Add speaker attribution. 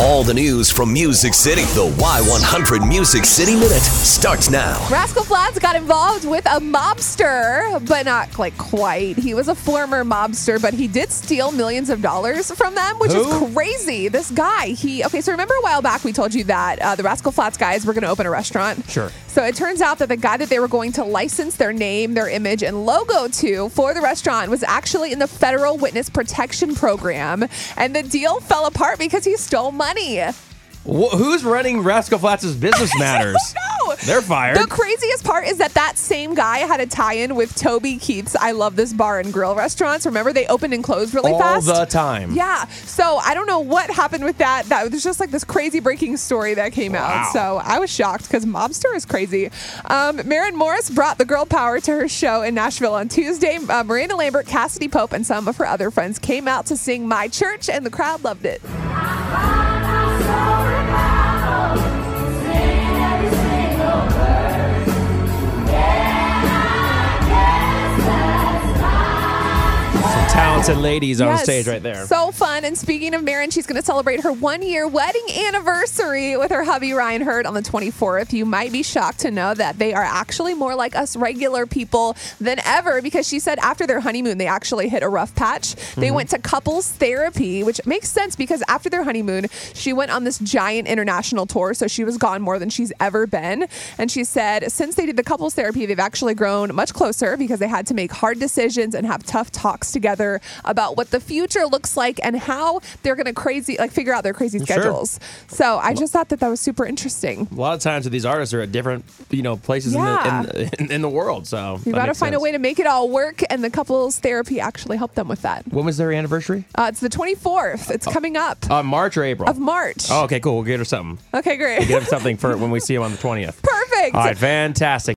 Speaker 1: All the news from Music City. The Y100 Music City Minute starts now.
Speaker 2: Rascal Flats got involved with a mobster, but not like quite. He was a former mobster, but he did steal millions of dollars from them, which
Speaker 3: Who?
Speaker 2: is crazy. This guy, he okay. So remember a while back we told you that uh, the Rascal Flats guys were going to open a restaurant.
Speaker 3: Sure.
Speaker 2: So it turns out that the guy that they were going to license their name, their image, and logo to for the restaurant was actually in the federal witness protection program, and the deal fell apart because he stole money.
Speaker 3: Wh- who's running Rascal Flats' business matters?
Speaker 2: No.
Speaker 3: They're fired.
Speaker 2: The craziest part is that that same guy had a tie-in with Toby Keith's I Love This Bar and Grill restaurants. Remember they opened and closed really
Speaker 3: All
Speaker 2: fast?
Speaker 3: the time.
Speaker 2: Yeah. So I don't know what happened with that. That was just like this crazy breaking story that came out. So I was shocked because Mobster is crazy. Um, Marin Morris brought the girl power to her show in Nashville on Tuesday. Uh, Miranda Lambert, Cassidy Pope, and some of her other friends came out to sing My Church, and the crowd loved it.
Speaker 3: Some talented ladies on
Speaker 2: Yes.
Speaker 3: stage right there.
Speaker 2: So fun. And speaking of Marin, she's going to celebrate her one year wedding anniversary with her hubby Ryan Hurd on the 24th. You might be shocked to know that they are actually more like us regular people than ever because she said after their honeymoon, they actually hit a rough patch.
Speaker 3: Mm-hmm.
Speaker 2: They went to couples therapy, which makes sense because after their honeymoon, she went on this giant international tour. So she was gone more than she's ever been. And she said, since they did the couples therapy, they've actually grown much closer because they had to make hard decisions and have tough talks together about what the future looks like and how they're going to crazy, like figure out their crazy schedules. So I just thought that that was super interesting.
Speaker 3: a lot of times these artists are at different, you know, places
Speaker 2: Yeah.
Speaker 3: in, the, in, in, in the world. So
Speaker 2: You got to find a way to make it all work. And the couples therapy actually helped them with that.
Speaker 3: When was their anniversary?
Speaker 2: Uh, it's the 24th. It's coming up
Speaker 3: Uh, March or April?
Speaker 2: of March.
Speaker 3: Oh, okay, cool. We'll get her something.
Speaker 2: Okay, great.
Speaker 3: Get him something for when we see him on the twentieth.
Speaker 2: Perfect.
Speaker 3: All right, fantastic.